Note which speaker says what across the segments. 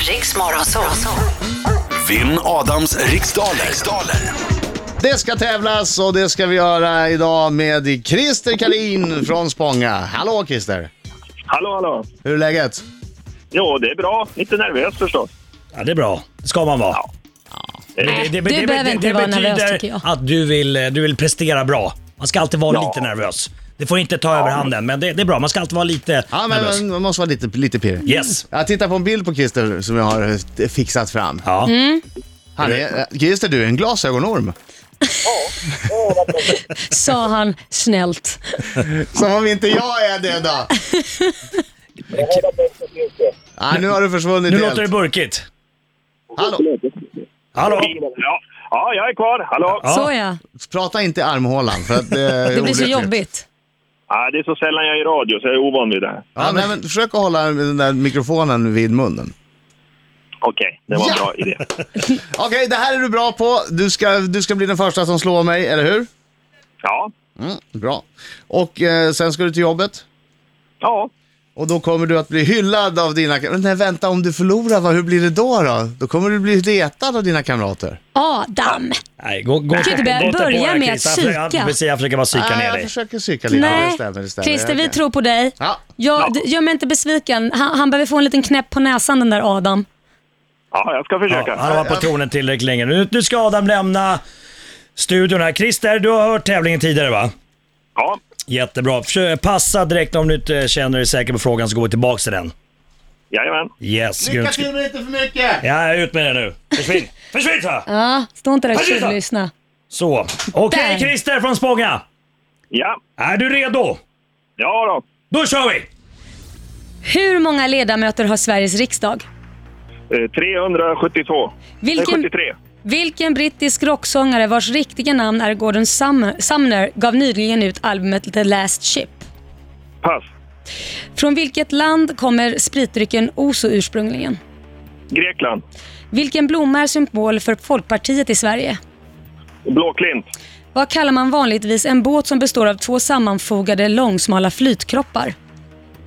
Speaker 1: Riks Morgonzoo.
Speaker 2: Vinn Adams riksdaler. riksdaler.
Speaker 3: Det ska tävlas och det ska vi göra idag med Christer Kalin från Spånga. Hallå Christer!
Speaker 4: Hallå, hallå.
Speaker 3: Hur är läget?
Speaker 4: Jo, det är bra. Lite nervös förstås. Eh,
Speaker 5: Ja, det är bra. Det ska man vara.
Speaker 4: Nej,
Speaker 5: det,
Speaker 6: du behöver inte vara nervös, tycker jag.
Speaker 5: att du vill, eh, du vill prestera bra. Man ska alltid vara
Speaker 4: Ja.
Speaker 5: lite nervös. Det får inte ta överhanden, men det, det är bra. Man ska alltid vara lite
Speaker 3: Ja, men
Speaker 5: nervös.
Speaker 3: man- man måste vara lite, lite pirrig.
Speaker 5: Yes.
Speaker 3: Jag tittar på en bild på Christer som jag har eh, fixat fram.
Speaker 5: Ja.
Speaker 3: Han är, eh, Christer, du är en glasögonorm
Speaker 6: sa han snällt.
Speaker 3: Som om inte jag är det då! Nej, nu har du försvunnit
Speaker 5: Nu
Speaker 3: helt.
Speaker 5: låter det burkigt.
Speaker 3: Hallå,
Speaker 5: Hallå?
Speaker 4: Ja. ja, jag är kvar. Hallå. Ja.
Speaker 5: Ja.
Speaker 6: Så ja,
Speaker 3: prata inte i armhålan för att det är
Speaker 6: det blir så
Speaker 3: olyckligt.
Speaker 6: jobbigt.
Speaker 4: det är så sällan jag är i radio, så jag är ovan vid det här.
Speaker 3: Ja, men, men, försök att hålla den där mikrofonen vid munnen.
Speaker 4: Okej, det var en
Speaker 3: Ja.
Speaker 4: bra idé.
Speaker 3: Okej, det här är du bra på. Du ska, du ska bli den första som slår mig, eller hur?
Speaker 4: Ja,
Speaker 3: Mm, bra. Och eh, sen ska du till jobbet.
Speaker 4: ja.
Speaker 3: Och då kommer du att bli hyllad av dina kamrater. Nej, vänta, om du förlorar, vad, hur blir det då? Då Då kommer du bli retad av dina kamrater.
Speaker 6: Adam!
Speaker 5: Nej, gå, gå,
Speaker 6: kan inte börja-
Speaker 5: gå till
Speaker 6: börja
Speaker 5: på här,
Speaker 6: med
Speaker 5: Chris.
Speaker 6: att
Speaker 5: Jag försöker-
Speaker 6: psyka.
Speaker 5: Precis, jag försöker bara psyka
Speaker 3: Nej,
Speaker 5: ner
Speaker 3: jag
Speaker 5: dig.
Speaker 3: försöker psyka lite. Ja,
Speaker 6: Nej,
Speaker 3: det stämmer. Det stämmer.
Speaker 6: Christer, vi
Speaker 3: Okej.
Speaker 6: tror på dig.
Speaker 3: Ja.
Speaker 6: Ja, d- gör mig inte besviken. Han, han behöver få en liten knäpp på näsan den där Adam.
Speaker 4: ja jag ska
Speaker 5: Ja,
Speaker 4: försöka.
Speaker 5: han har varit på tronen tillräckligt länge. Nu, nu ska Adam lämna studion här. Christer, du har hört tävlingen tidigare va?
Speaker 4: Ja.
Speaker 5: Jättebra. Försök, passa direkt om du inte känner dig säker på frågan så går vi tillbaka till den.
Speaker 4: Jajamän.
Speaker 5: Yes,
Speaker 3: Lycka
Speaker 5: grymt.
Speaker 3: till men inte för mycket!
Speaker 5: Ja, ut med det nu. Försvinn! Försvinn sa jag.
Speaker 6: Ja, stå inte där och
Speaker 5: Precis.
Speaker 6: tjuvlyssna.
Speaker 5: Så. Okej
Speaker 6: Där.
Speaker 5: Christer från Spånga.
Speaker 4: Ja.
Speaker 5: Är du redo?
Speaker 4: Ja då.
Speaker 5: Då kör vi!
Speaker 6: Hur många ledamöter har Sveriges riksdag?
Speaker 4: Eh, 372. Nej,
Speaker 6: Vilken,
Speaker 4: 73.
Speaker 6: vilken brittisk rocksångare vars riktiga namn är Gordon Sumner, Sumner gav nyligen ut albumet The Last Ship?
Speaker 4: Pass.
Speaker 6: Från vilket land kommer spritdrycken Oso ursprungligen?
Speaker 4: Grekland.
Speaker 6: Vilken blomma är symbol för Folkpartiet i Sverige?
Speaker 4: Blåklint.
Speaker 6: Vad kallar man vanligtvis en båt som består av två sammanfogade långsmala flytkroppar?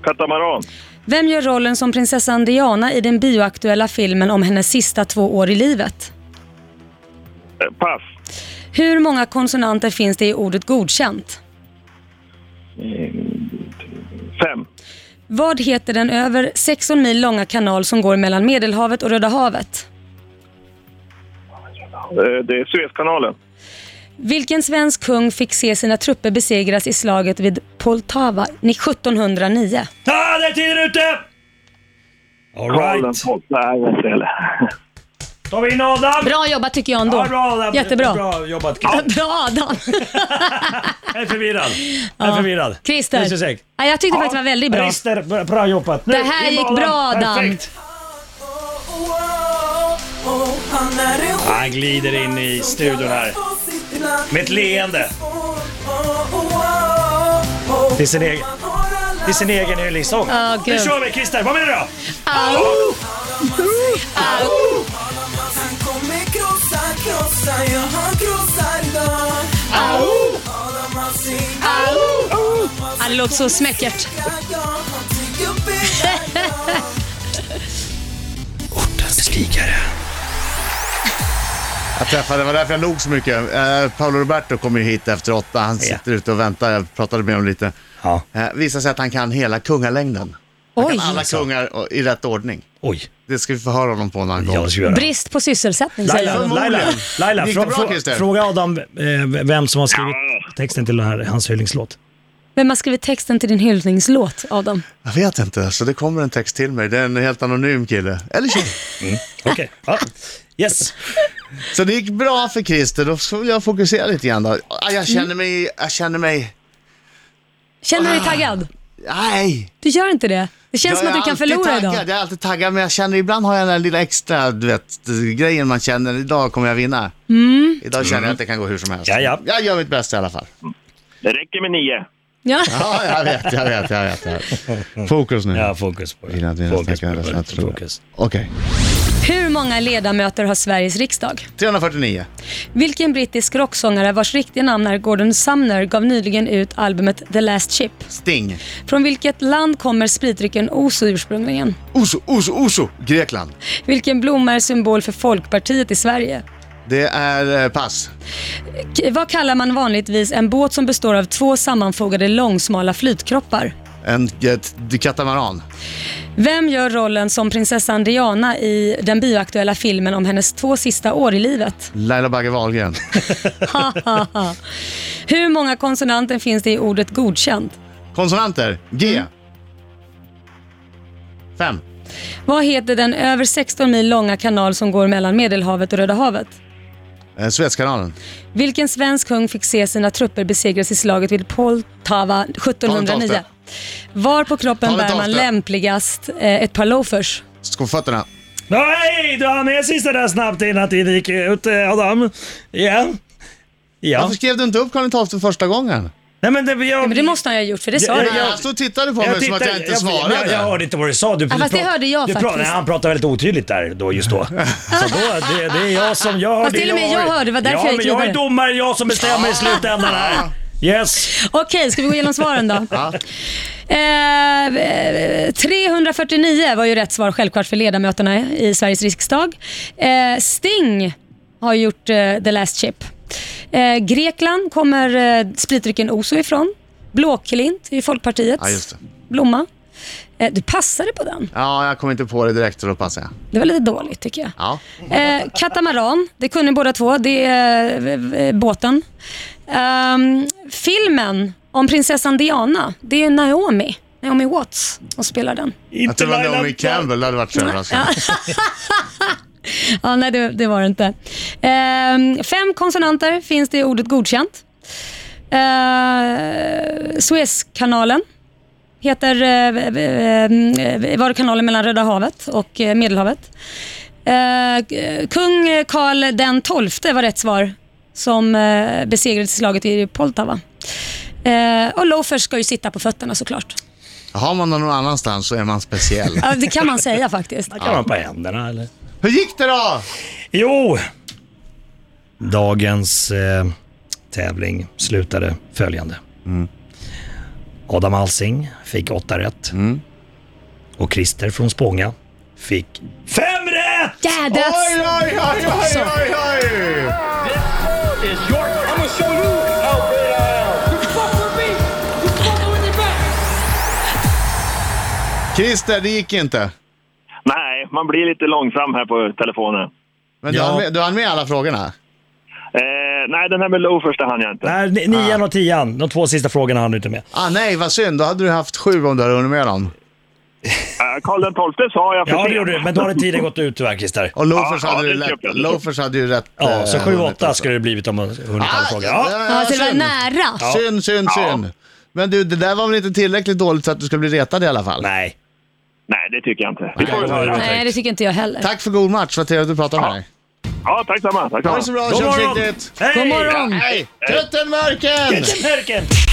Speaker 4: Katamaran.
Speaker 6: Vem gör rollen som prinsessan Diana i den bioaktuella filmen om hennes sista två år i livet?
Speaker 4: Eh, Pass.
Speaker 6: Hur många konsonanter finns det i ordet godkänt?
Speaker 4: Fem.
Speaker 6: Vad heter den över 16 mil långa kanal som går mellan Medelhavet och Röda havet?
Speaker 4: Eh, Det är Suezkanalen.
Speaker 6: Vilken svensk kung fick se sina trupper besegras i slaget vid Poltava 1709?
Speaker 5: Ah, där är tiden ute!
Speaker 4: Karl den
Speaker 5: Alright.
Speaker 4: tolfte. Nej, jag vet inte heller.
Speaker 5: Tar vi in Adam?
Speaker 6: Bra jobbat tycker jag ändå.
Speaker 5: Ja, bra, Adam.
Speaker 6: Jättebra.
Speaker 5: Bra jobbat Christer.
Speaker 6: Bra Adam!
Speaker 5: Jag är förvirrad. Jag är förvirrad. Nu ska jag
Speaker 6: Christer.
Speaker 5: se.
Speaker 6: Ja, jag tyckte faktiskt det var väldigt bra.
Speaker 5: Christer, bra- bra jobbat. Nu,
Speaker 6: Det här
Speaker 5: in med
Speaker 6: gick bra, Adam.
Speaker 5: Perfekt. Han glider in i studion här. Med ett leende. Till sin egen, till sin egen hyllningssång.
Speaker 6: Ja,
Speaker 5: nu
Speaker 6: gud.
Speaker 5: kör vi Christer, vad menar du då?
Speaker 6: Au! Au! Au! Au! Ja, det låter så smäckert.
Speaker 5: Ortens krigare.
Speaker 3: Jag träffade, det var därför jag log så mycket. Eh, Paolo Roberto kom ju hit efter åtta. Han sitter ute och väntar. Jag pratade med honom lite.
Speaker 5: Ja.
Speaker 3: Eh, visar sig att han kan hela kungalängden.
Speaker 6: Oj,
Speaker 3: Alla kungar och- i rätt ordning.
Speaker 5: Oj,
Speaker 3: Det ska vi få höra honom på när han
Speaker 5: ja det
Speaker 3: kommer.
Speaker 5: ska vi göra.
Speaker 6: brist på sysselsättning säger
Speaker 5: Laila,
Speaker 6: jag.
Speaker 5: Laila, Laila
Speaker 3: Gick det
Speaker 5: frå,
Speaker 3: bra,
Speaker 5: frå,
Speaker 3: Christer?
Speaker 5: fråga Adam eh, vem som har skrivit texten till den här, hans hyllningslåt.
Speaker 6: Vem har skrivit texten till din hyllningslåt, Adam?
Speaker 3: Jag vet inte, så det kommer en text till mig. Det är en helt anonym kille. Eller tjej.
Speaker 5: Okej, ja. yes.
Speaker 3: Så det gick bra för Christer. Då vill jag fokusera lite grann då. Ah, Jag
Speaker 6: Mm.
Speaker 3: känner mig... Jag känner mig...
Speaker 6: Känner
Speaker 5: Ah.
Speaker 6: du dig taggad?
Speaker 3: Nej!
Speaker 6: Du gör inte det? Det känns
Speaker 3: Jag
Speaker 6: som att
Speaker 3: är
Speaker 6: du kan
Speaker 3: alltid
Speaker 6: förlora
Speaker 3: taggad.
Speaker 6: idag.
Speaker 3: Jag är alltid taggad, men jag känner ibland har jag den där lilla extra, du vet, grejen man känner. Idag kommer jag vinna.
Speaker 6: Mm.
Speaker 3: Idag känner jag att det kan gå hur som helst.
Speaker 5: Mm. Ja, ja.
Speaker 3: Jag gör mitt bästa i alla fall.
Speaker 4: Det räcker med nio.
Speaker 6: Ja.
Speaker 3: Ja, jag vet, jag vet, jag vet. Jag vet. Fokus nu.
Speaker 5: Ja, fokus på det.
Speaker 3: Innan vi nästan
Speaker 5: Fokus
Speaker 3: kan
Speaker 5: på det.
Speaker 3: resa, tror jag.
Speaker 5: Fokus.
Speaker 3: Okej.
Speaker 6: Hur många ledamöter har Sveriges riksdag?
Speaker 3: 349.
Speaker 6: Vilken brittisk rocksångare vars riktiga namn är Gordon Sumner gav nyligen ut albumet The Last Chip?
Speaker 3: Sting.
Speaker 6: Från vilket land kommer spritdrycken Oso ursprungligen?
Speaker 3: Oso, Oso, Oso. Grekland.
Speaker 6: Vilken blomma är symbol för Folkpartiet i Sverige?
Speaker 3: Det är eh, pass.
Speaker 6: K- vad kallar man vanligtvis en båt som består av två sammanfogade långsmala flytkroppar?
Speaker 3: En ett, katamaran.
Speaker 6: Vem gör rollen som prinsessan Diana i den bioaktuella filmen om hennes två sista år i livet?
Speaker 3: Laila Bagge Wahlgren.
Speaker 6: Hur många konsonanter finns det i ordet godkänd?
Speaker 3: Konsonanter. G.
Speaker 5: Mm.
Speaker 3: Fem.
Speaker 6: Vad heter den över 16 mil långa kanal som går mellan Medelhavet och Röda havet?
Speaker 3: Eh, Suezkanalen.
Speaker 6: Vilken svensk kung fick se sina trupper besegras i slaget vid Poltava 1709?
Speaker 3: Poltava.
Speaker 6: Var på kroppen
Speaker 3: Poltava.
Speaker 6: bär man lämpligast eh, ett par loafers?
Speaker 3: Skofötterna.
Speaker 5: Nej, du har med sista där snabbt innan tiden gick ut, eh, Adam. Ja. Ja.
Speaker 3: Varför skrev du inte upp Karin Tofte första gången?
Speaker 5: Nej men det... Jag,
Speaker 6: Men det måste han ju ha gjort för det sa
Speaker 5: Ja,
Speaker 6: han.
Speaker 5: ja,
Speaker 3: Jag, jag stod och tittade på mig som att
Speaker 5: tittar-
Speaker 3: jag inte
Speaker 5: jag-
Speaker 3: svarade.
Speaker 5: Jag, jag hörde inte vad du sa. Du,
Speaker 6: Ja, fast det hörde jag
Speaker 5: du
Speaker 6: faktiskt.
Speaker 5: nej, han pratade väldigt otydligt där då, just då. Så då, det, det är jag som... Jag hörde,
Speaker 6: Fast till och med jag hörde, det var därför
Speaker 5: ja,
Speaker 6: jag gick
Speaker 5: men jag är
Speaker 6: vidare.
Speaker 5: domare, jag som bestämmer i slutändan här. Yes.
Speaker 6: Okej, ska vi gå igenom svaren då? Eh, eh, 349 var ju rätt svar självklart för ledamöterna i Sveriges riksdag. Eh, Sting har gjort eh, The Last Chip. Eh, Grekland kommer eh, spritdrycken Oso ifrån. Blåklint är ju Folkpartiets
Speaker 3: Ja, just det.
Speaker 6: blomma. Eh, du passade på den.
Speaker 3: Ja, jag kom inte på det direkt så då passar jag.
Speaker 6: Det var lite dåligt tycker jag.
Speaker 3: Ja.
Speaker 6: Eh, katamaran, det kunde båda två. Det är eh, eh, båten. Ehm, filmen om prinsessan Diana, det är Naomi. Naomi Watts som spelar den.
Speaker 3: Att det var Naomi Campbell, det hade varit så överraskande.
Speaker 6: Ja, nej, det, det var det inte. Ehm, fem konsonanter finns det i ordet godkänt. Uh, Suezkanalen heter eh, eh, eh, var kanalen mellan Röda havet och eh, Medelhavet. Eh, k- Kung Karl den XII var rätt svar som eh, besegrade slaget i Poltava. Eh, och loafers ska ju sitta på fötterna såklart.
Speaker 3: Har man någon annanstans så är man speciell.
Speaker 6: Ja, det kan man säga faktiskt.
Speaker 5: Kan man på händerna eller?
Speaker 3: Hur gick det då?
Speaker 5: Jo! Dagens eh, tävling slutade följande.
Speaker 3: Mm.
Speaker 5: Adam Alsing fick åtta rätt.
Speaker 3: Mm.
Speaker 5: Och Christer från Spånga fick fem rätt!
Speaker 6: Jädrats!
Speaker 3: Oj, oj, oj, oj, oj, oj!
Speaker 1: I'm gonna show you how great I am. You fuck with me, you fucking with your back.
Speaker 3: Christer, det gick inte.
Speaker 4: Nej, man blir lite långsam här på telefonen.
Speaker 3: Men du,
Speaker 5: Ja.
Speaker 3: hann med, du hann med alla frågorna?
Speaker 4: Eh, nej, den här med loafers, det hann jag inte.
Speaker 5: Nej, ni- nian och tian, de två sista frågorna hann du inte med.
Speaker 3: Ah, nej, vad synd. Då hade du haft sju om du hade hunnit med dem.
Speaker 4: Eh, Karl den XII sa jag för
Speaker 5: Ja, det
Speaker 4: sent.
Speaker 5: gjorde du, men då hade tiden gått ut tyvärr Christer.
Speaker 3: Och loafers,
Speaker 4: Ja, ja,
Speaker 3: hade,
Speaker 4: det
Speaker 3: du lätt,
Speaker 4: köper jag.
Speaker 3: loafers hade ju rätt.
Speaker 5: Ja, så
Speaker 3: eh,
Speaker 5: 7-8
Speaker 3: hunnit.
Speaker 5: skulle det blivit om man hunnit alla
Speaker 3: Ah,
Speaker 5: frågor. Ja.
Speaker 3: ja,
Speaker 6: Ja, så det var
Speaker 3: synd.
Speaker 6: nära.
Speaker 3: Synd, synd, synd. Men du, det där var väl inte tillräckligt dåligt för att du skulle bli retad i alla fall?
Speaker 5: Nej.
Speaker 4: Nej, det tycker jag inte. Vi får väl
Speaker 5: Nej.
Speaker 4: höra.
Speaker 6: Nej, det tycker inte jag heller.
Speaker 3: Tack för god match. Vad trevligt att prata med dig.
Speaker 4: Ja, tack samma. Tack
Speaker 3: Ha det så
Speaker 4: samma.
Speaker 3: bra.
Speaker 5: God
Speaker 3: Kör
Speaker 5: morgon!
Speaker 3: försiktigt.
Speaker 5: Hej!
Speaker 6: God morgon!
Speaker 3: Hej! Tutten mörken!
Speaker 5: Mörken!